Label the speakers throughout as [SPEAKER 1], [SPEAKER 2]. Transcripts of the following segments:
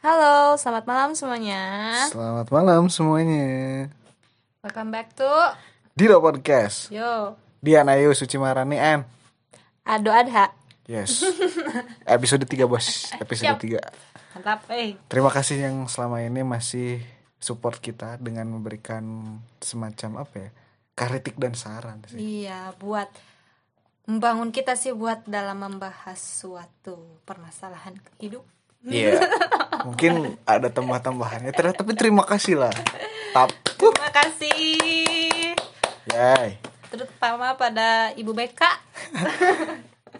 [SPEAKER 1] Halo, selamat malam semuanya.
[SPEAKER 2] Selamat malam semuanya.
[SPEAKER 1] Welcome back to
[SPEAKER 2] Dilo Podcast.
[SPEAKER 1] Yo
[SPEAKER 2] Dian Ayu Suci Marani and
[SPEAKER 1] Ado Adha.
[SPEAKER 2] yes. Episode 3 bos, episode
[SPEAKER 1] Siap.
[SPEAKER 2] 3.
[SPEAKER 1] Mantap, eh.
[SPEAKER 2] Terima kasih yang selama ini masih support kita dengan memberikan semacam apa ya? Kritik dan saran sih.
[SPEAKER 1] Iya, buat membangun kita sih buat dalam membahas suatu permasalahan hidup.
[SPEAKER 2] Iya. Mungkin ada tambah-tambahannya. Ter- Tapi terima kasih lah. Tap.
[SPEAKER 1] Terima kasih.
[SPEAKER 2] Yay.
[SPEAKER 1] Terutama pada Ibu BK.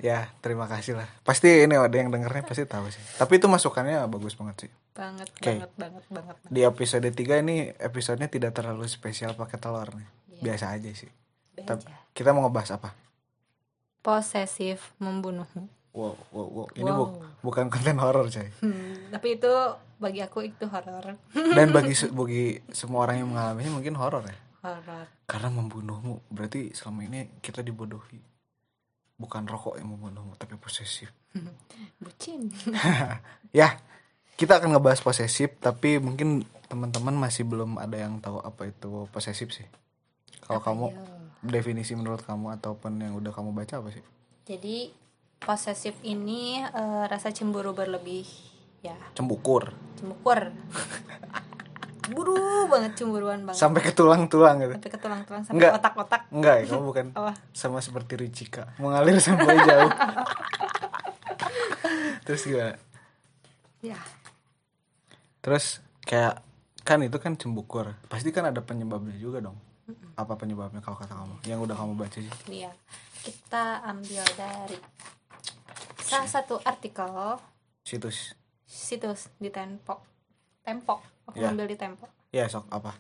[SPEAKER 2] Ya, terima kasih lah. Pasti ini ada yang dengernya pasti tahu sih. Tapi itu masukannya bagus banget sih.
[SPEAKER 1] Banget,
[SPEAKER 2] Oke.
[SPEAKER 1] banget, banget, banget.
[SPEAKER 2] di episode 3 ini episodenya tidak terlalu spesial pakai telur nih. Biasa aja sih. Tapi
[SPEAKER 1] Beja.
[SPEAKER 2] kita mau ngebahas apa?
[SPEAKER 1] Posesif membunuhmu.
[SPEAKER 2] Wow, wow, wow. Ini
[SPEAKER 1] Wow.
[SPEAKER 2] bu- bukan konten horor, coy.
[SPEAKER 1] Hmm, tapi itu bagi aku itu horor.
[SPEAKER 2] Dan bagi se- bagi semua orang yang mengalaminya mungkin horor ya.
[SPEAKER 1] Horor.
[SPEAKER 2] Karena membunuhmu berarti selama ini kita dibodohi. Bukan rokok yang membunuhmu, tapi posesif.
[SPEAKER 1] Bucin.
[SPEAKER 2] ya, kita akan ngebahas posesif, tapi mungkin teman-teman masih belum ada yang tahu apa itu posesif sih. Kalau kamu
[SPEAKER 1] Yo.
[SPEAKER 2] definisi menurut kamu ataupun yang udah kamu baca apa sih?
[SPEAKER 1] Jadi posesif ini eh, rasa cemburu berlebih ya,
[SPEAKER 2] Cembukur
[SPEAKER 1] cembukur. Cemburu banget cemburuan banget.
[SPEAKER 2] sampai ke tulang-tulang gitu.
[SPEAKER 1] Sampai ke tulang-tulang sampai
[SPEAKER 2] Enggak.
[SPEAKER 1] otak-otak. Oh,
[SPEAKER 2] Enggak ya, kamu bukan
[SPEAKER 1] Apa?
[SPEAKER 2] sama seperti Ricika, mengalir sampai jauh. Terus gimana?
[SPEAKER 1] Ya,
[SPEAKER 2] Terus kayak kan itu kan cembukur. Pasti kan ada penyebabnya juga dong. Apa penyebabnya kalau kata kamu? Yang udah kamu baca sih.
[SPEAKER 1] iya. Kita ambil dari salah satu artikel
[SPEAKER 2] Situs.
[SPEAKER 1] situs di Tempo. Tempo. Aku
[SPEAKER 2] Ya.
[SPEAKER 1] ambil di Tempo.
[SPEAKER 2] Ya, sok apa?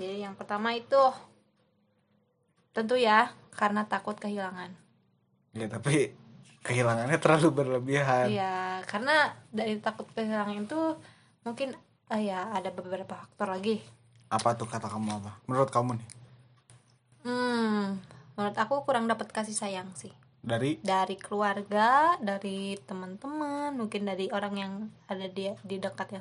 [SPEAKER 1] Jadi yang pertama itu tentu ya karena takut kehilangan.
[SPEAKER 2] Ya, tapi kehilangannya terlalu berlebihan.
[SPEAKER 1] Iya, karena dari takut kehilangan itu mungkin eh, ya ada beberapa faktor lagi.
[SPEAKER 2] Apa tuh kata kamu apa? Menurut kamu nih?
[SPEAKER 1] Hmm, menurut aku kurang dapat kasih sayang sih.
[SPEAKER 2] Dari
[SPEAKER 1] Dari keluarga, dari teman-teman, mungkin dari orang yang ada di di dekatnya.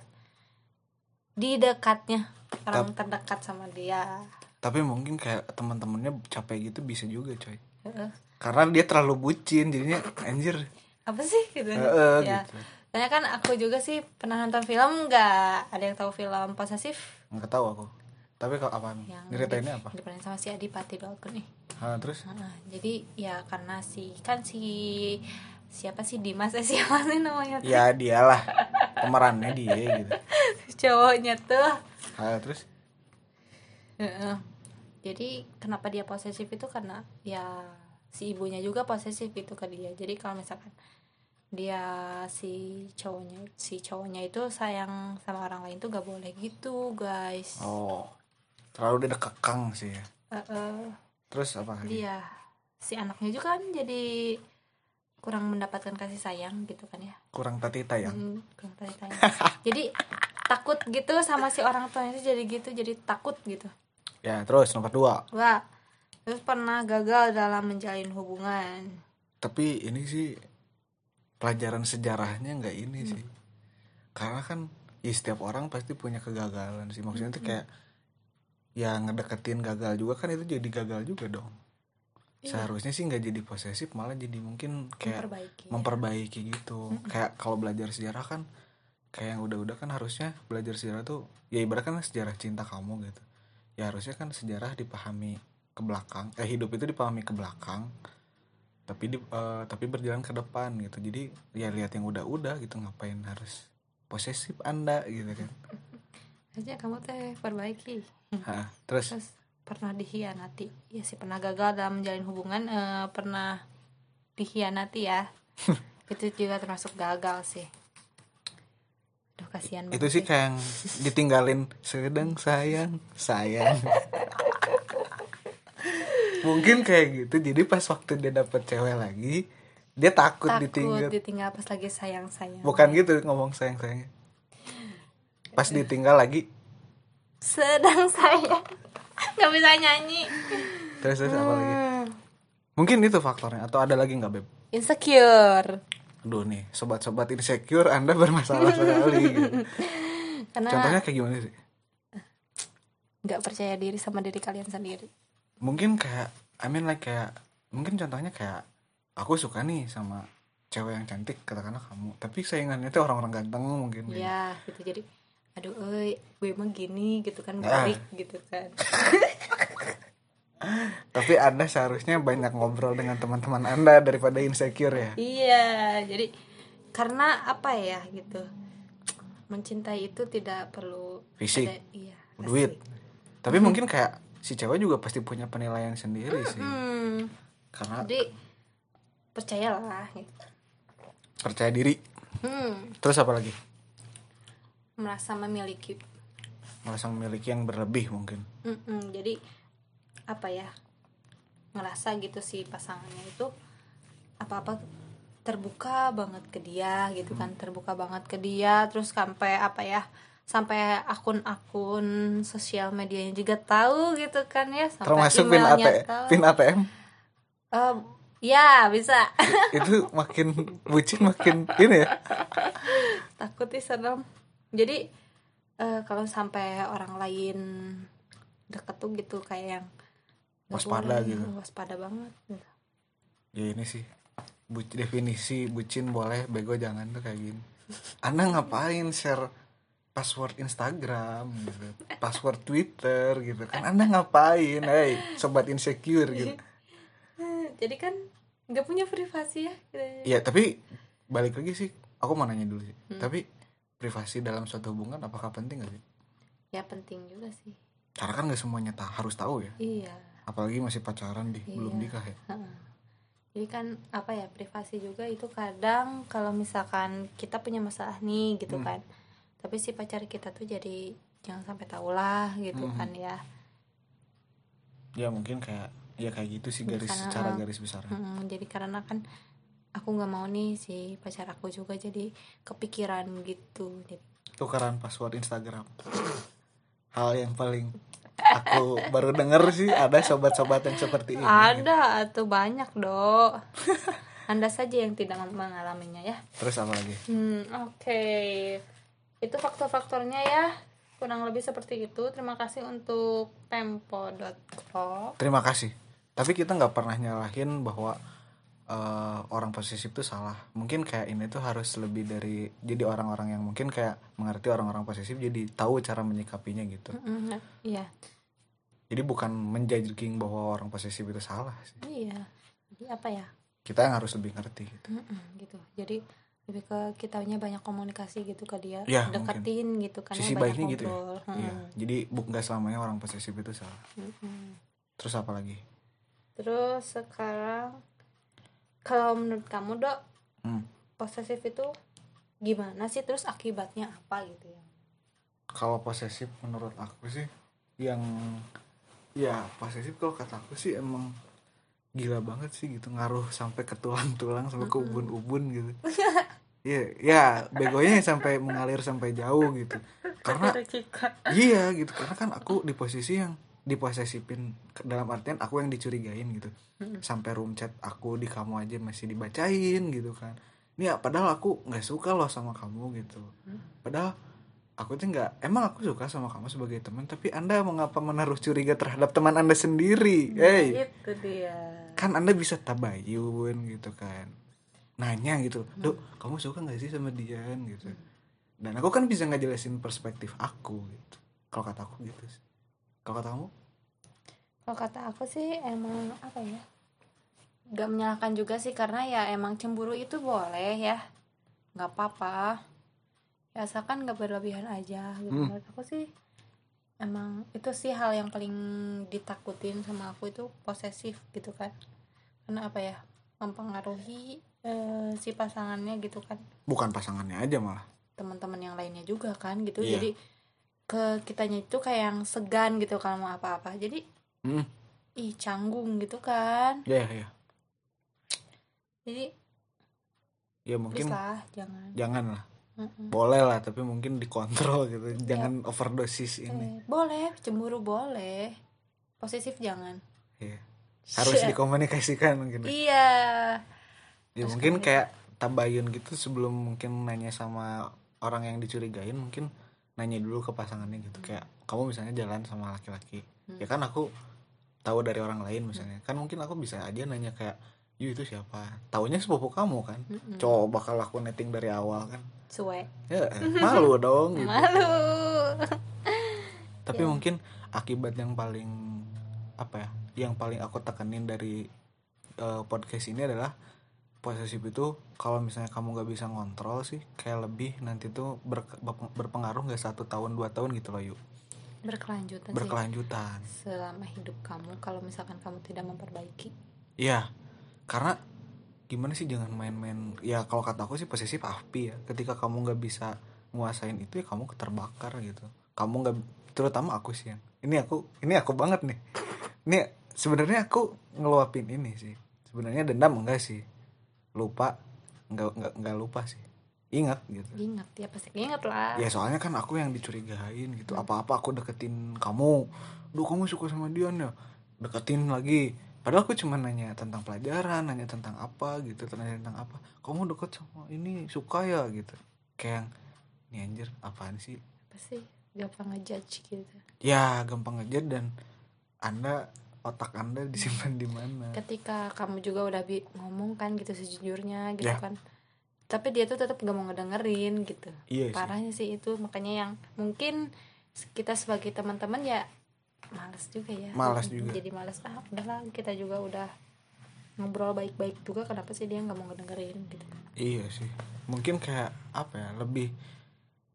[SPEAKER 1] Di dekatnya, orang terdekat sama dia.
[SPEAKER 2] tapi mungkin kayak teman-temannya capek gitu bisa juga, coy.
[SPEAKER 1] Heeh.
[SPEAKER 2] Karena dia terlalu bucin jadinya anjir.
[SPEAKER 1] Apa sih gitu?
[SPEAKER 2] Heeh,
[SPEAKER 1] ya.
[SPEAKER 2] gitu.
[SPEAKER 1] Soalnya kan aku juga sih pernah nonton film nggak ada yang tahu film posesif
[SPEAKER 2] nggak tahu aku tapi kalau apa
[SPEAKER 1] yang
[SPEAKER 2] ceritainnya apa
[SPEAKER 1] diperanin sama si Adipati Dolken nih.
[SPEAKER 2] Ah, terus
[SPEAKER 1] Heeh, jadi ya karena si kan si siapa sih Dimas eh siapa sih namanya tuh?
[SPEAKER 2] ya dialah pemerannya dia gitu
[SPEAKER 1] cowoknya tuh
[SPEAKER 2] Ah, terus
[SPEAKER 1] Heeh. jadi kenapa dia posesif itu karena ya si ibunya juga posesif itu ke dia jadi kalau misalkan dia si cowoknya si cowoknya itu sayang sama orang lain tuh gak boleh gitu guys
[SPEAKER 2] oh terlalu dia kekang sih ya
[SPEAKER 1] Heeh.
[SPEAKER 2] terus apa lagi
[SPEAKER 1] dia si anaknya juga kan jadi kurang mendapatkan kasih sayang gitu kan ya
[SPEAKER 2] kurang tati tayang
[SPEAKER 1] Hmm, kurang tanya-tanya. jadi takut gitu sama si orang tuanya itu jadi gitu jadi takut gitu
[SPEAKER 2] ya terus nomor dua
[SPEAKER 1] wah terus pernah gagal dalam menjalin hubungan
[SPEAKER 2] tapi ini sih pelajaran sejarahnya nggak ini sih karena kan ya setiap orang pasti punya kegagalan sih maksudnya tuh kayak ya ngedeketin gagal juga kan itu jadi gagal juga dong seharusnya sih nggak jadi posesif malah jadi mungkin kayak
[SPEAKER 1] memperbaiki
[SPEAKER 2] memperbaiki gitu kayak kalau belajar sejarah kan kayak yang udah-udah kan harusnya belajar sejarah tuh ya ibarat kan sejarah cinta kamu gitu ya harusnya kan sejarah dipahami ke belakang eh hidup itu dipahami ke belakang tapi di, eh, tapi berjalan ke depan gitu jadi ya lihat yang udah-udah gitu ngapain harus posesif anda gitu kan
[SPEAKER 1] aja kamu teh perbaiki
[SPEAKER 2] Hah, terus
[SPEAKER 1] terus pernah dikhianati ya sih pernah gagal dalam menjalin hubungan eh, pernah dikhianati ya itu juga termasuk gagal sih Aduh kasihan banget
[SPEAKER 2] itu sih kayak yang ditinggalin sedang sayang sayang mungkin kayak gitu jadi pas waktu dia dapet cewek lagi dia takut,
[SPEAKER 1] takut ditinggal.
[SPEAKER 2] ditinggal
[SPEAKER 1] pas lagi sayang sayang
[SPEAKER 2] bukan gitu ngomong sayang sayang pas ditinggal lagi
[SPEAKER 1] sedang sayang nggak bisa nyanyi
[SPEAKER 2] terus terus apa lagi mungkin itu faktornya atau ada lagi nggak beb
[SPEAKER 1] insecure
[SPEAKER 2] Aduh nih, sobat-sobat insecure Anda bermasalah sekali. gitu.
[SPEAKER 1] karena
[SPEAKER 2] Contohnya kayak gimana sih?
[SPEAKER 1] nggak percaya diri sama diri kalian sendiri
[SPEAKER 2] Mungkin kayak, I mean like kayak, mungkin contohnya kayak, aku suka nih sama cewek yang cantik, katakanlah kamu. Tapi saingannya tuh orang-orang ganteng mungkin. gitu.
[SPEAKER 1] ya gitu jadi aduh euy gue emang gini gitu kan
[SPEAKER 2] Nah.
[SPEAKER 1] baik gitu kan
[SPEAKER 2] Tapi Anda seharusnya banyak ngobrol dengan teman-teman Anda daripada insecure ya.
[SPEAKER 1] iya jadi karena apa ya gitu mencintai itu tidak perlu
[SPEAKER 2] Fisik.
[SPEAKER 1] ada- iya
[SPEAKER 2] Duit.
[SPEAKER 1] pasti.
[SPEAKER 2] Tapi mungkin kayak si cewek juga pasti punya penilaian sendiri sih.
[SPEAKER 1] hmm,
[SPEAKER 2] Karena
[SPEAKER 1] jadi percayalah gitu
[SPEAKER 2] percaya diri.
[SPEAKER 1] hmm,
[SPEAKER 2] Terus apa lagi?
[SPEAKER 1] merasa memiliki
[SPEAKER 2] Merasa memiliki yang berlebih mungkin.
[SPEAKER 1] Mm-mm, jadi apa ya ngerasa gitu si pasangannya itu apa apa terbuka banget ke dia gitu
[SPEAKER 2] Hmm.
[SPEAKER 1] kan terbuka banget ke dia terus sampai apa ya sampai akun-akun sosial medianya juga tahu gitu kan ya sampai
[SPEAKER 2] Termasuk ya? pin, AT,
[SPEAKER 1] emailnya tahu.
[SPEAKER 2] pin ATM.
[SPEAKER 1] Eh, ya bisa
[SPEAKER 2] itu makin bucin makin ini ya
[SPEAKER 1] takut sih serem jadi eh, kalau sampai orang lain deket tuh gitu kayak yang nggak
[SPEAKER 2] Waspada
[SPEAKER 1] boleh,
[SPEAKER 2] gitu.
[SPEAKER 1] waspada banget gitu.
[SPEAKER 2] ya ini sih bu- definisi bucin boleh bego jangan tuh kayak gini anda ngapain share password Instagram gitu password Twitter gitu kan anda ngapain hey sobat insecure gitu
[SPEAKER 1] jadi kan nggak punya privasi ya kita-
[SPEAKER 2] ya tapi balik lagi sih aku mau nanya dulu sih tapi privasi dalam suatu hubungan apakah penting gak sih
[SPEAKER 1] ya penting juga sih
[SPEAKER 2] karena kan gak semuanya ta- harus tahu ya
[SPEAKER 1] iya
[SPEAKER 2] apalagi masih pacaran deh belum
[SPEAKER 1] Iya.
[SPEAKER 2] nikah ya
[SPEAKER 1] heeh. jadi kan apa ya privasi juga itu kadang kalau misalkan kita punya masalah nih gitu
[SPEAKER 2] Hmm.
[SPEAKER 1] kan tapi si pacar kita tuh jadi jangan sampai tahu lah gitu
[SPEAKER 2] Hmm.
[SPEAKER 1] kan ya
[SPEAKER 2] ya mungkin kayak ya kayak gitu sih garis
[SPEAKER 1] Karena-
[SPEAKER 2] secara garis besarnya
[SPEAKER 1] Mm, jadi karena kan aku nggak mau nih si pacar aku juga jadi kepikiran gitu jadi
[SPEAKER 2] tukaran password Instagram hal yang paling aku baru denger sih ada sobat-sobat yang seperti ini iya.
[SPEAKER 1] ada atau banyak dok anda saja yang tidak mengalaminya ya
[SPEAKER 2] terus apa lagi
[SPEAKER 1] Hmm, oke. Itu faktor-faktornya ya. Kurang lebih seperti itu. Terima kasih untuk tempo.co.
[SPEAKER 2] terima kasih tapi kita nggak pernah nyalahin bahwa eh, orang posesif itu salah mungkin kayak ini tuh harus lebih dari jadi orang-orang yang mungkin kayak mengerti orang-orang posesif jadi tahu cara menyikapinya gitu
[SPEAKER 1] Mm, Iya.
[SPEAKER 2] jadi bukan menjudging bahwa orang posesif itu salah sih
[SPEAKER 1] Iya. Jadi apa ya?
[SPEAKER 2] kita yang harus lebih ngerti gitu
[SPEAKER 1] Mm-mm, gitu. Jadi lebih ke kitanya banyak komunikasi gitu ke dia,
[SPEAKER 2] Ya,
[SPEAKER 1] deketin gitu kan ya,
[SPEAKER 2] Sisi
[SPEAKER 1] banyak
[SPEAKER 2] baiknya gitu ya?
[SPEAKER 1] ngobrol. hmm. Mm-mm,
[SPEAKER 2] Iya. jadi bu nggak selamanya orang posesif itu salah
[SPEAKER 1] mm-mm.
[SPEAKER 2] terus apa lagi
[SPEAKER 1] Terus sekarang kalau menurut kamu, Dok,
[SPEAKER 2] Hmm.
[SPEAKER 1] posesif itu gimana sih terus akibatnya apa gitu ya?
[SPEAKER 2] kalau posesif menurut aku sih yang ya posesif kalau kata aku sih emang gila banget sih gitu ngaruh sampai ke tulang-tulang sampai ke ubun-ubun gitu ya ya begonya sampai mengalir sampai jauh gitu karena iya gitu karena kan aku di posisi yang diposesifin ke- dalam artian aku yang dicurigain gitu sampai room chat aku di kamu aja masih dibacain gitu kan ini ya padahal aku nggak suka loh sama kamu gitu padahal aku tuh nggak emang aku suka sama kamu sebagai teman tapi anda mengapa menaruh curiga terhadap teman anda sendiri
[SPEAKER 1] Iya,
[SPEAKER 2] hey
[SPEAKER 1] Itu dia.
[SPEAKER 2] kan anda bisa tabayun gitu kan nanya gitu Duh kamu suka nggak sih sama Dian gitu dan aku kan bisa nggak jelasin perspektif aku gitu kalau kata aku gitu sih kalau kata kamu
[SPEAKER 1] Kalau kata aku sih emang apa ya? Gak menyalahkan juga sih karena ya emang cemburu itu boleh ya, nggak apa-apa. Ya asalkan nggak berlebihan aja. Gitu.
[SPEAKER 2] Hmm.
[SPEAKER 1] Menurut aku sih emang itu sih hal yang paling ditakutin sama aku itu posesif gitu kan. Karena apa ya? Mempengaruhi eh, si pasangannya gitu kan,
[SPEAKER 2] bukan pasangannya aja malah
[SPEAKER 1] teman-teman yang lainnya juga kan gitu.
[SPEAKER 2] Iya.
[SPEAKER 1] Jadi ke kitanya itu kayak yang segan gitu kalau mau apa-apa. Jadi
[SPEAKER 2] hmm.
[SPEAKER 1] ih canggung gitu kan
[SPEAKER 2] ya ya ya.
[SPEAKER 1] jadi
[SPEAKER 2] ya
[SPEAKER 1] please
[SPEAKER 2] mungkin
[SPEAKER 1] lah jangan
[SPEAKER 2] jangan lah
[SPEAKER 1] Mm-mm.
[SPEAKER 2] boleh lah tapi mungkin dikontrol gitu jangan overdosis ini
[SPEAKER 1] Eh, boleh cemburu boleh positif jangan
[SPEAKER 2] Iya. harus
[SPEAKER 1] Shit.
[SPEAKER 2] dikomunikasikan mungkin
[SPEAKER 1] iya
[SPEAKER 2] ya
[SPEAKER 1] Terus
[SPEAKER 2] mungkin
[SPEAKER 1] kamu-
[SPEAKER 2] kayak tabayun gitu sebelum mungkin nanya sama orang yang dicurigain mungkin nanya dulu ke pasangannya gitu
[SPEAKER 1] Hmm.
[SPEAKER 2] kayak kamu misalnya jalan sama laki-laki ya kan aku tahu dari orang lain misalnya kan mungkin aku bisa aja nanya kayak Yu itu siapa taunya sepupu kamu kan
[SPEAKER 1] Mm-mm.
[SPEAKER 2] coba kalau aku netting dari awal kan
[SPEAKER 1] Suwe.
[SPEAKER 2] ya eh, malu dong gitu
[SPEAKER 1] Malu.
[SPEAKER 2] tapi mungkin akibat yang paling apa ya yang paling aku tekenin dari eh, podcast ini adalah posesif itu kalau misalnya kamu nggak bisa ngontrol sih kayak lebih nanti tuh berke- berpengaruh nggak satu tahun dua tahun gitu loh yuk
[SPEAKER 1] Berkelanjutan sih.
[SPEAKER 2] berkelanjutan
[SPEAKER 1] Selama hidup kamu kalau misalkan kamu tidak memperbaiki.
[SPEAKER 2] iya karena gimana sih jangan main-main ya kalau kata aku sih posesif api ya ketika kamu nggak bisa nguasain itu ya kamu keterbakar gitu kamu nggak terutama aku sih ya. ini aku ini aku banget nih ini sebenarnya aku ngeluapin ini sih sebenarnya dendam enggak sih lupa nggak nggak nggak lupa sih ingat gitu
[SPEAKER 1] Ingat ya pasti ingat lah.
[SPEAKER 2] ya soalnya kan aku yang dicurigain gitu apa-apa aku deketin kamu duh kamu suka sama Dion ya deketin lagi padahal aku cuma nanya tentang pelajaran nanya tentang apa gitu nanya tentang apa kamu deket sama ini suka ya gitu kayak yang, nih anjir apaan sih
[SPEAKER 1] Apa sih? Gampang ngejudge gitu.
[SPEAKER 2] ya gampang aja dan anda otak anda disimpan di mana
[SPEAKER 1] Ketika kamu juga udah bi ngomong kan gitu sejujurnya gitu
[SPEAKER 2] Ya.
[SPEAKER 1] kan. Tapi dia tuh tetap gak mau ngedengerin gitu.
[SPEAKER 2] iya sih
[SPEAKER 1] Parahnya sih itu makanya yang mungkin kita sebagai teman-teman ya malas juga ya.
[SPEAKER 2] Malas juga.
[SPEAKER 1] Jadi malas ah udahlah kita juga udah ngobrol baik-baik juga kenapa sih dia nggak mau ngedengerin gitu kan.
[SPEAKER 2] Iya sih. Mungkin kayak apa ya? Lebih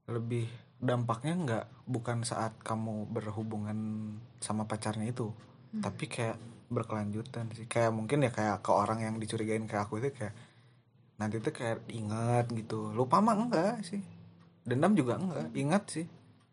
[SPEAKER 2] lebih dampaknya nggak bukan saat kamu berhubungan sama pacarnya itu, tapi kayak berkelanjutan sih. Kayak mungkin ya kayak ke orang yang dicurigain kayak aku itu kayak nanti tuh kayak ingat gitu. Lupa mah enggak sih. Dendam juga enggak, ingat sih.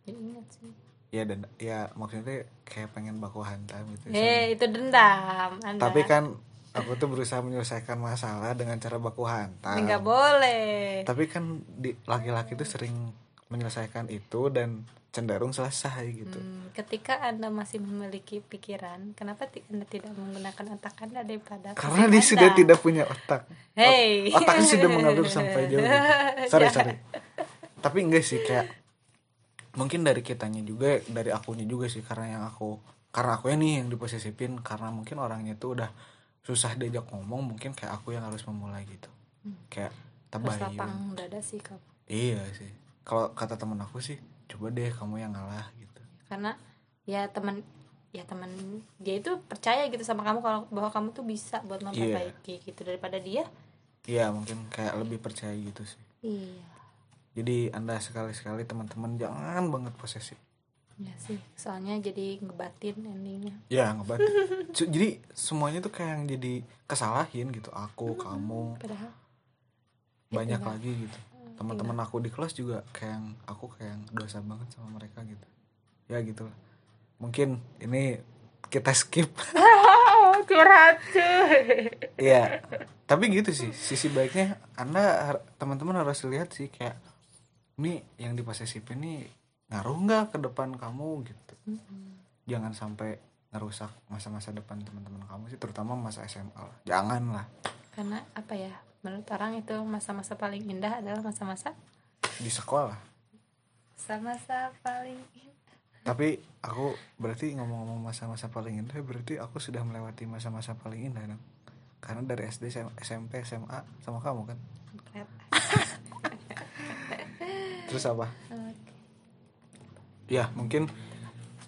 [SPEAKER 1] Jadi ingat sih.
[SPEAKER 2] Ya dan ya maksudnya kayak pengen baku hantam gitu.
[SPEAKER 1] Eh itu dendam. Anda.
[SPEAKER 2] Tapi kan aku tuh berusaha menyelesaikan masalah dengan cara baku hantam.
[SPEAKER 1] nggak boleh.
[SPEAKER 2] Ah. tapi kan di laki-laki itu sering menyelesaikan itu dan cenderung selesai gitu
[SPEAKER 1] Hmm, ketika anda masih memiliki pikiran, kenapa ti- anda tidak menggunakan otak anda daripada fisik
[SPEAKER 2] karena dia sudah
[SPEAKER 1] Anda?
[SPEAKER 2] tidak punya otak
[SPEAKER 1] Hey.
[SPEAKER 2] otaknya sudah mengalir sampai jauh gitu.
[SPEAKER 1] Ya.
[SPEAKER 2] sorry sorry tapi enggak sih kayak mungkin dari kitanya juga dari akunya juga sih karena yang aku karena aku ya nih yang diposesifin karena mungkin orangnya tuh udah susah diajak ngomong mungkin kayak aku yang harus memulai gitu kayak
[SPEAKER 1] Hmm. Terus
[SPEAKER 2] tabayun
[SPEAKER 1] lapang dada sih kamu.
[SPEAKER 2] iya sih kalau kata temen aku sih coba deh kamu yang ngalah gitu
[SPEAKER 1] karena ya teman ya teman dia itu percaya gitu sama kamu kalau bahwa kamu tuh bisa buat memperbaiki gitu daripada dia
[SPEAKER 2] Iya mungkin kayak lebih percaya gitu sih
[SPEAKER 1] iya
[SPEAKER 2] Jadi anda sekali-sekali teman-teman jangan banget posesif
[SPEAKER 1] ya sih soalnya jadi ngebatin endingnya
[SPEAKER 2] Ya ngebat Cu- Jadi semuanya tuh kayak yang jadi kesalahin gitu Aku,
[SPEAKER 1] Hmm,
[SPEAKER 2] kamu,
[SPEAKER 1] padahal
[SPEAKER 2] banyak lagi gitu Teman-teman aku di kelas juga kayak yang- aku kayak yang dosa banget sama mereka gitu Ya gitu lah Mungkin ini kita skip
[SPEAKER 1] curhat
[SPEAKER 2] Iya. Tapi gitu sih, sisi baiknya Anda har- teman-teman harus lihat sih kayak ini yang diposesifin ini ngaruh nggak ke depan kamu gitu. Jangan sampai ngerusak masa-masa depan teman-teman kamu sih, terutama masa SMA. lah. Jangan lah
[SPEAKER 1] karena apa ya menurut orang itu masa-masa paling indah adalah masa-masa
[SPEAKER 2] di sekolah.
[SPEAKER 1] masa-masa paling
[SPEAKER 2] Tapi aku berarti ngomong-ngomong masa-masa paling indah berarti aku sudah melewati masa-masa paling indah dong. Karena dari SD, SM- SMP, SMA sama kamu kan.
[SPEAKER 1] Keren.
[SPEAKER 2] Terus apa?
[SPEAKER 1] Oke.
[SPEAKER 2] ya mungkin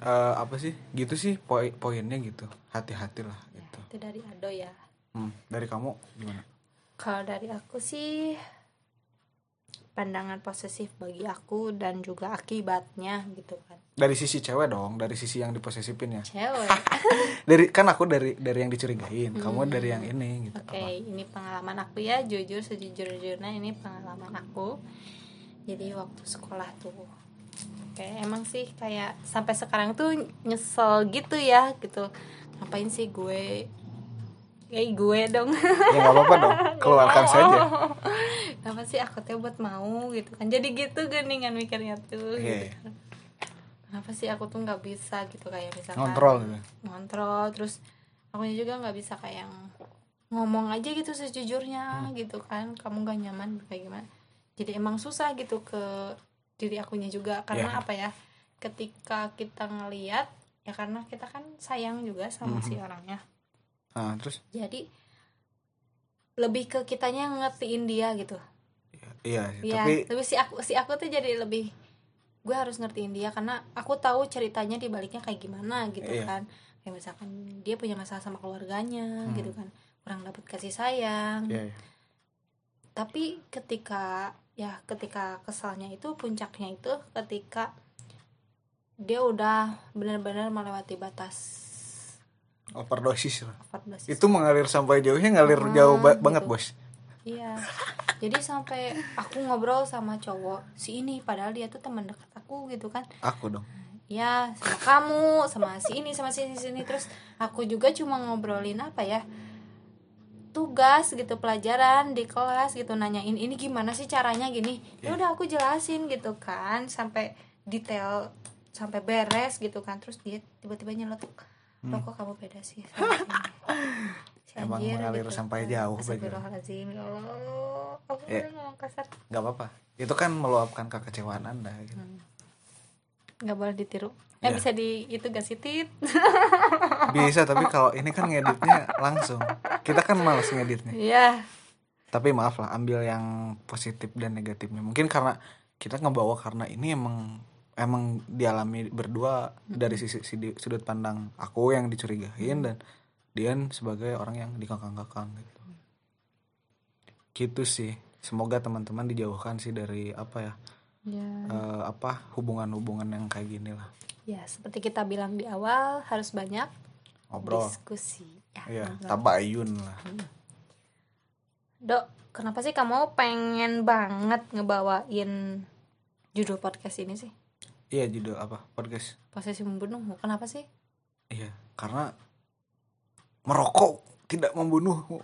[SPEAKER 2] eh, apa sih gitu sih poi- poinnya gitu hati-hati lah gitu
[SPEAKER 1] itu dari Ado ya
[SPEAKER 2] Hmm, dari kamu gimana
[SPEAKER 1] Kalau dari aku sih pandangan posesif bagi aku dan juga akibatnya gitu kan.
[SPEAKER 2] dari sisi cewek dong dari sisi yang diposesifin ya
[SPEAKER 1] Cewek.
[SPEAKER 2] dari kan aku dari dari yang dicurigain kamu dari yang ini gitu
[SPEAKER 1] Oke, ini pengalaman aku ya, jujur sejujur-jujurnya ini pengalaman aku. Jadi waktu sekolah tuh. Oke, emang sih kayak sampai sekarang tuh nyesel gitu ya gitu. Ngapain sih gue kayak gue dong.
[SPEAKER 2] Apa? ya nggak apa-apa dong keluarkan saja
[SPEAKER 1] Kenapa sih aku teh buat mau gitu kan. Jadi gitu geningan mikirnya tuh gitu.
[SPEAKER 2] Oke,
[SPEAKER 1] kenapa sih aku tuh nggak bisa gitu kayak misalkan
[SPEAKER 2] ngontrol gitu
[SPEAKER 1] ngontrol terus aku juga nggak bisa kayak yang ngomong aja gitu sejujurnya gitu kan kamu gak nyaman kayak gimana jadi emang susah gitu ke diri akunya juga karena
[SPEAKER 2] Iya.
[SPEAKER 1] apa ya ketika kita ngeliat ya karena kita kan sayang juga sama si orangnya
[SPEAKER 2] Ah, terus
[SPEAKER 1] jadi lebih ke kitanya yang ngertiin dia gitu
[SPEAKER 2] iya sih,
[SPEAKER 1] ya
[SPEAKER 2] tapi
[SPEAKER 1] tapi si aku si aku tuh jadi lebih gue harus ngertiin dia karena aku tahu ceritanya di baliknya kayak gimana gitu
[SPEAKER 2] Iya.
[SPEAKER 1] kan kayak misalkan dia punya masalah sama keluarganya gitu kan kurang dapat kasih sayang
[SPEAKER 2] Hmm. iya, iya.
[SPEAKER 1] tapi ketika ya ketika kesalnya itu puncaknya itu ketika dia udah benar-benar melewati batas
[SPEAKER 2] overdosis lah.
[SPEAKER 1] overdosis
[SPEAKER 2] Itu mengalir sampai jauhnya ngalir jauh ba- banget, Bos.
[SPEAKER 1] Iya. Jadi sampai aku ngobrol sama cowok si ini padahal dia tuh teman dekat aku gitu kan.
[SPEAKER 2] Aku dong.
[SPEAKER 1] Ya, sama kamu, sama si ini, sama si ini, si ini. Terus aku juga cuma ngobrolin apa ya? Tugas gitu, pelajaran di kelas gitu nanyain ini gimana sih caranya gini.
[SPEAKER 2] Iya.
[SPEAKER 1] Ya udah aku jelasin gitu kan sampai detail sampai beres gitu kan. Terus dia tiba-tiba nyeletuk. Loh kok kamu beda sih sama si ini?" Si
[SPEAKER 2] Hmm. Emang
[SPEAKER 1] anjir, gitu kan.
[SPEAKER 2] mengalir sampai jauh, Bang.
[SPEAKER 1] Astagfirullahaladzim ya Allah. Aku
[SPEAKER 2] Ya.
[SPEAKER 1] udah ngomong kasar.
[SPEAKER 2] nggak apa-apa. Itu kan meluapkan kekecewaan Anda gitu.
[SPEAKER 1] Gak boleh ditiru. Eh
[SPEAKER 2] Ya.
[SPEAKER 1] bisa di itu gak sih tit?
[SPEAKER 2] Bisa, tapi kalau ini kan ngeditnya langsung. Kita kan males ngeditnya.
[SPEAKER 1] Iya.
[SPEAKER 2] Tapi maaf lah, ambil yang positif dan negatifnya. Mungkin karena kita ngebawa karena ini emang emang dialami berdua dari sisi sidi- sudut pandang aku yang dicurigain dan Dian sebagai orang yang dikangkang-kangkang gitu. Gitu sih. Semoga teman-teman dijauhkan sih dari apa ya?
[SPEAKER 1] Ya.
[SPEAKER 2] eh, apa hubungan-hubungan yang kayak gini lah.
[SPEAKER 1] Ya, seperti kita bilang di awal harus banyak
[SPEAKER 2] Ngobrol.
[SPEAKER 1] diskusi. Ya,
[SPEAKER 2] Iya,
[SPEAKER 1] ngobrol.
[SPEAKER 2] tabayun lah.
[SPEAKER 1] Dok, kenapa sih kamu pengen banget ngebawain judul podcast ini sih?
[SPEAKER 2] Iya, judul apa? Podcast.
[SPEAKER 1] Posesi membunuhmu. Kenapa sih?
[SPEAKER 2] Iya, karena merokok tidak membunuhmu.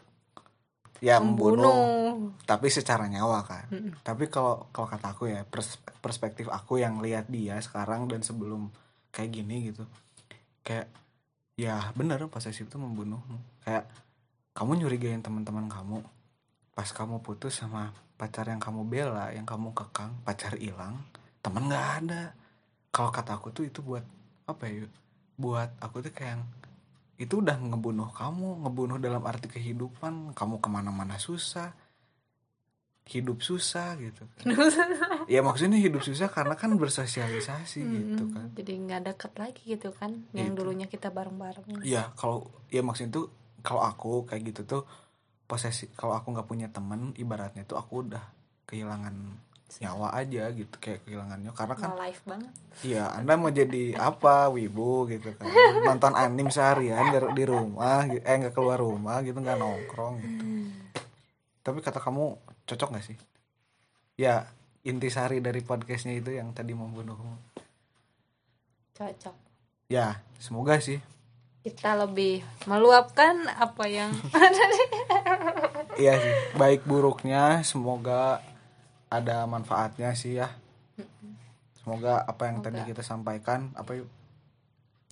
[SPEAKER 2] Ya membunuh, tapi secara nyawa kan.
[SPEAKER 1] Mm-mm.
[SPEAKER 2] Tapi kalau kalau kata aku ya pers- perspektif aku yang lihat dia sekarang dan sebelum kayak gini gitu. Kayak ya bener posesif itu membunuhmu. Kayak kamu nyurigain teman-teman kamu pas kamu putus sama pacar yang kamu bela, yang kamu kekang, pacar hilang, teman nggak ada. Kalau kata aku tuh itu buat apa ya? Yud? Buat aku tuh kayak yang, itu udah ngebunuh kamu, ngebunuh dalam arti kehidupan, kamu kemana-mana susah, hidup susah gitu. ya maksudnya hidup susah karena kan bersosialisasi gitu
[SPEAKER 1] Mm-mm.
[SPEAKER 2] kan.
[SPEAKER 1] Hmm, Jadi nggak deket lagi gitu kan? Yang
[SPEAKER 2] Gitu.
[SPEAKER 1] dulunya kita bareng-bareng.
[SPEAKER 2] Iya kalau ya maksudnya tuh kalau aku kayak gitu tuh posesi kalau aku nggak punya temen ibaratnya tuh aku udah kehilangan nyawa aja gitu kayak kehilangannya karena kan
[SPEAKER 1] No life banget.
[SPEAKER 2] Iya, Anda mau jadi apa, wibu gitu kan? Nonton anim seharian di, di rumah, gi- eh nggak keluar rumah gitu, nggak nongkrong gitu. Tapi kata kamu cocok nggak sih? Ya intisari dari podcastnya itu yang tadi membunuhmu.
[SPEAKER 1] Cocok.
[SPEAKER 2] Ya semoga sih.
[SPEAKER 1] Kita lebih meluapkan apa yang ada di
[SPEAKER 2] Iya sih. Baik buruknya semoga ada manfaatnya sih ya. Semoga apa yang tadi kita sampaikan apa yuk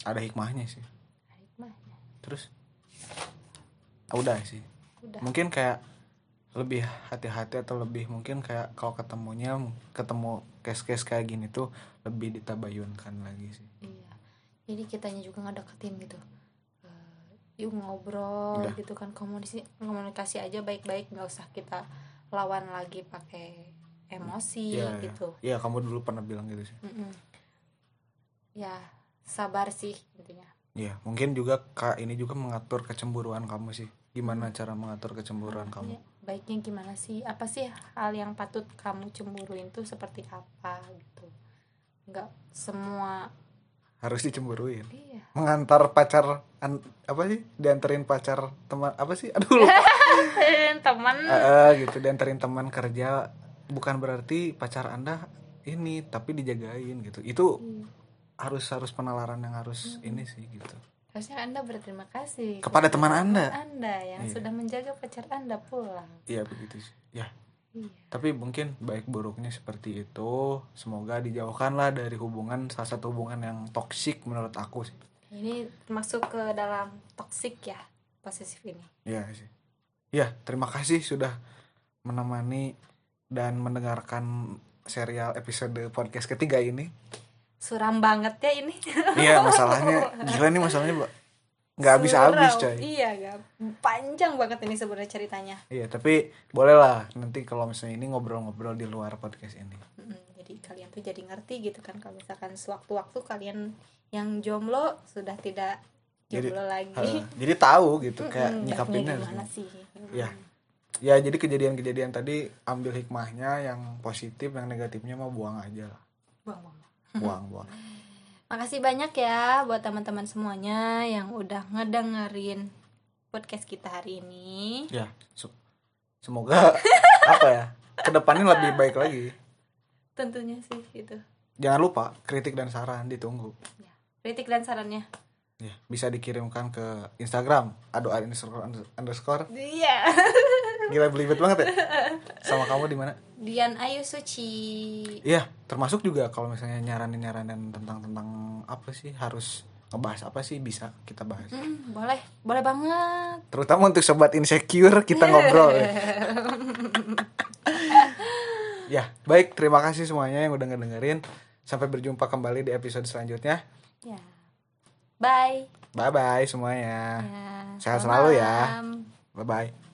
[SPEAKER 2] ada hikmahnya sih.
[SPEAKER 1] hikmahnya.
[SPEAKER 2] Terus ah, udah sih.
[SPEAKER 1] Udah.
[SPEAKER 2] mungkin kayak lebih hati-hati atau lebih mungkin kayak kalau ketemunya ketemu case-case kayak gini tuh lebih ditabayunkan lagi sih
[SPEAKER 1] Iya. Jadi kitanya juga ngedeketin gitu. Eh, yuk ngobrol
[SPEAKER 2] Udah.
[SPEAKER 1] gitu kan komunikasi komunikasi aja baik-baik nggak usah kita lawan lagi pakai emosi
[SPEAKER 2] Iya,
[SPEAKER 1] gitu.
[SPEAKER 2] iya kamu dulu pernah bilang gitu sih
[SPEAKER 1] Mm-mm. Ya, sabar sih intinya.
[SPEAKER 2] iya mungkin juga kak ini juga mengatur kecemburuan kamu sih gimana cara mengatur kecemburuan kamu
[SPEAKER 1] Ya, baiknya gimana sih? Apa sih hal yang patut kamu cemburuin tuh seperti apa gitu? Nggak semua
[SPEAKER 2] harus ya? dicemburuin
[SPEAKER 1] iya.
[SPEAKER 2] mengantar pacar an- apa sih dianterin pacar teman apa sih aduh lupa. Eh,
[SPEAKER 1] teman
[SPEAKER 2] eh, gitu dianterin teman kerja bukan berarti pacar anda ini tapi dijagain gitu itu
[SPEAKER 1] Iya.
[SPEAKER 2] harus harus penalaran yang harus ini sih gitu
[SPEAKER 1] harusnya anda berterima kasih
[SPEAKER 2] Kepada teman Anda.
[SPEAKER 1] anda yang
[SPEAKER 2] Iya.
[SPEAKER 1] sudah menjaga pacar anda pulang
[SPEAKER 2] iya begitu sih ya
[SPEAKER 1] iya
[SPEAKER 2] tapi mungkin baik buruknya seperti itu semoga dijauhkanlah dari hubungan salah satu hubungan yang toksik menurut aku sih
[SPEAKER 1] ini termasuk ke dalam toksik ya posesif ini
[SPEAKER 2] iya sih Ya, terima kasih sudah menemani dan mendengarkan serial episode podcast ketiga ini.
[SPEAKER 1] Suram banget ya ini.
[SPEAKER 2] Iya, masalahnya gila nih masalahnya Mbak. nggak habis habis
[SPEAKER 1] Surau.
[SPEAKER 2] coy.
[SPEAKER 1] Iya, nggak- panjang banget ini sebenarnya ceritanya.
[SPEAKER 2] Iya, tapi bolehlah nanti kalau misalnya ini ngobrol-ngobrol di luar podcast ini.
[SPEAKER 1] Mm, jadi kalian tuh jadi ngerti gitu kan kalau misalkan sewaktu-waktu kalian yang jomblo sudah tidak
[SPEAKER 2] Jadi,
[SPEAKER 1] jomblo lagi.
[SPEAKER 2] Heeh, jadi tahu gitu
[SPEAKER 1] Iya.
[SPEAKER 2] kayak
[SPEAKER 1] Mm-mm, dapetnya
[SPEAKER 2] nyikapinnya harus
[SPEAKER 1] gimana
[SPEAKER 2] gimana.
[SPEAKER 1] sih?
[SPEAKER 2] Ya. Ya, jadi kejadian-kejadian tadi ambil hikmahnya yang positif, yang negatifnya mah buang aja lah.
[SPEAKER 1] Buang, buang.
[SPEAKER 2] Buang, buang.
[SPEAKER 1] Makasih banyak ya buat teman-teman semuanya yang udah ngedengerin podcast kita hari ini.
[SPEAKER 2] Ya, se- semoga apa ya? Kedepannya lebih baik lagi.
[SPEAKER 1] Tentunya sih gitu.
[SPEAKER 2] Jangan lupa kritik dan saran ditunggu.
[SPEAKER 1] Kritik dan sarannya.
[SPEAKER 2] Ya, bisa dikirimkan ke Instagram ado underscore underscore.
[SPEAKER 1] Iya.
[SPEAKER 2] Gila belibet banget ya. Sama kamu di mana?
[SPEAKER 1] Dian Ayu Suci.
[SPEAKER 2] Iya, termasuk juga kalau misalnya nyaranin-nyaranin tentang tentang apa sih harus ngebahas apa sih bisa kita bahas.
[SPEAKER 1] Hmm, boleh, boleh banget.
[SPEAKER 2] Terutama untuk sobat insecure kita ngobrol. Ya. ya, baik terima kasih semuanya yang udah ngedengerin. Sampai berjumpa kembali di episode selanjutnya.
[SPEAKER 1] Ya. Bye.
[SPEAKER 2] Bye bye semuanya.
[SPEAKER 1] Ya,
[SPEAKER 2] Sehat selalu ya.
[SPEAKER 1] malam.
[SPEAKER 2] Bye bye.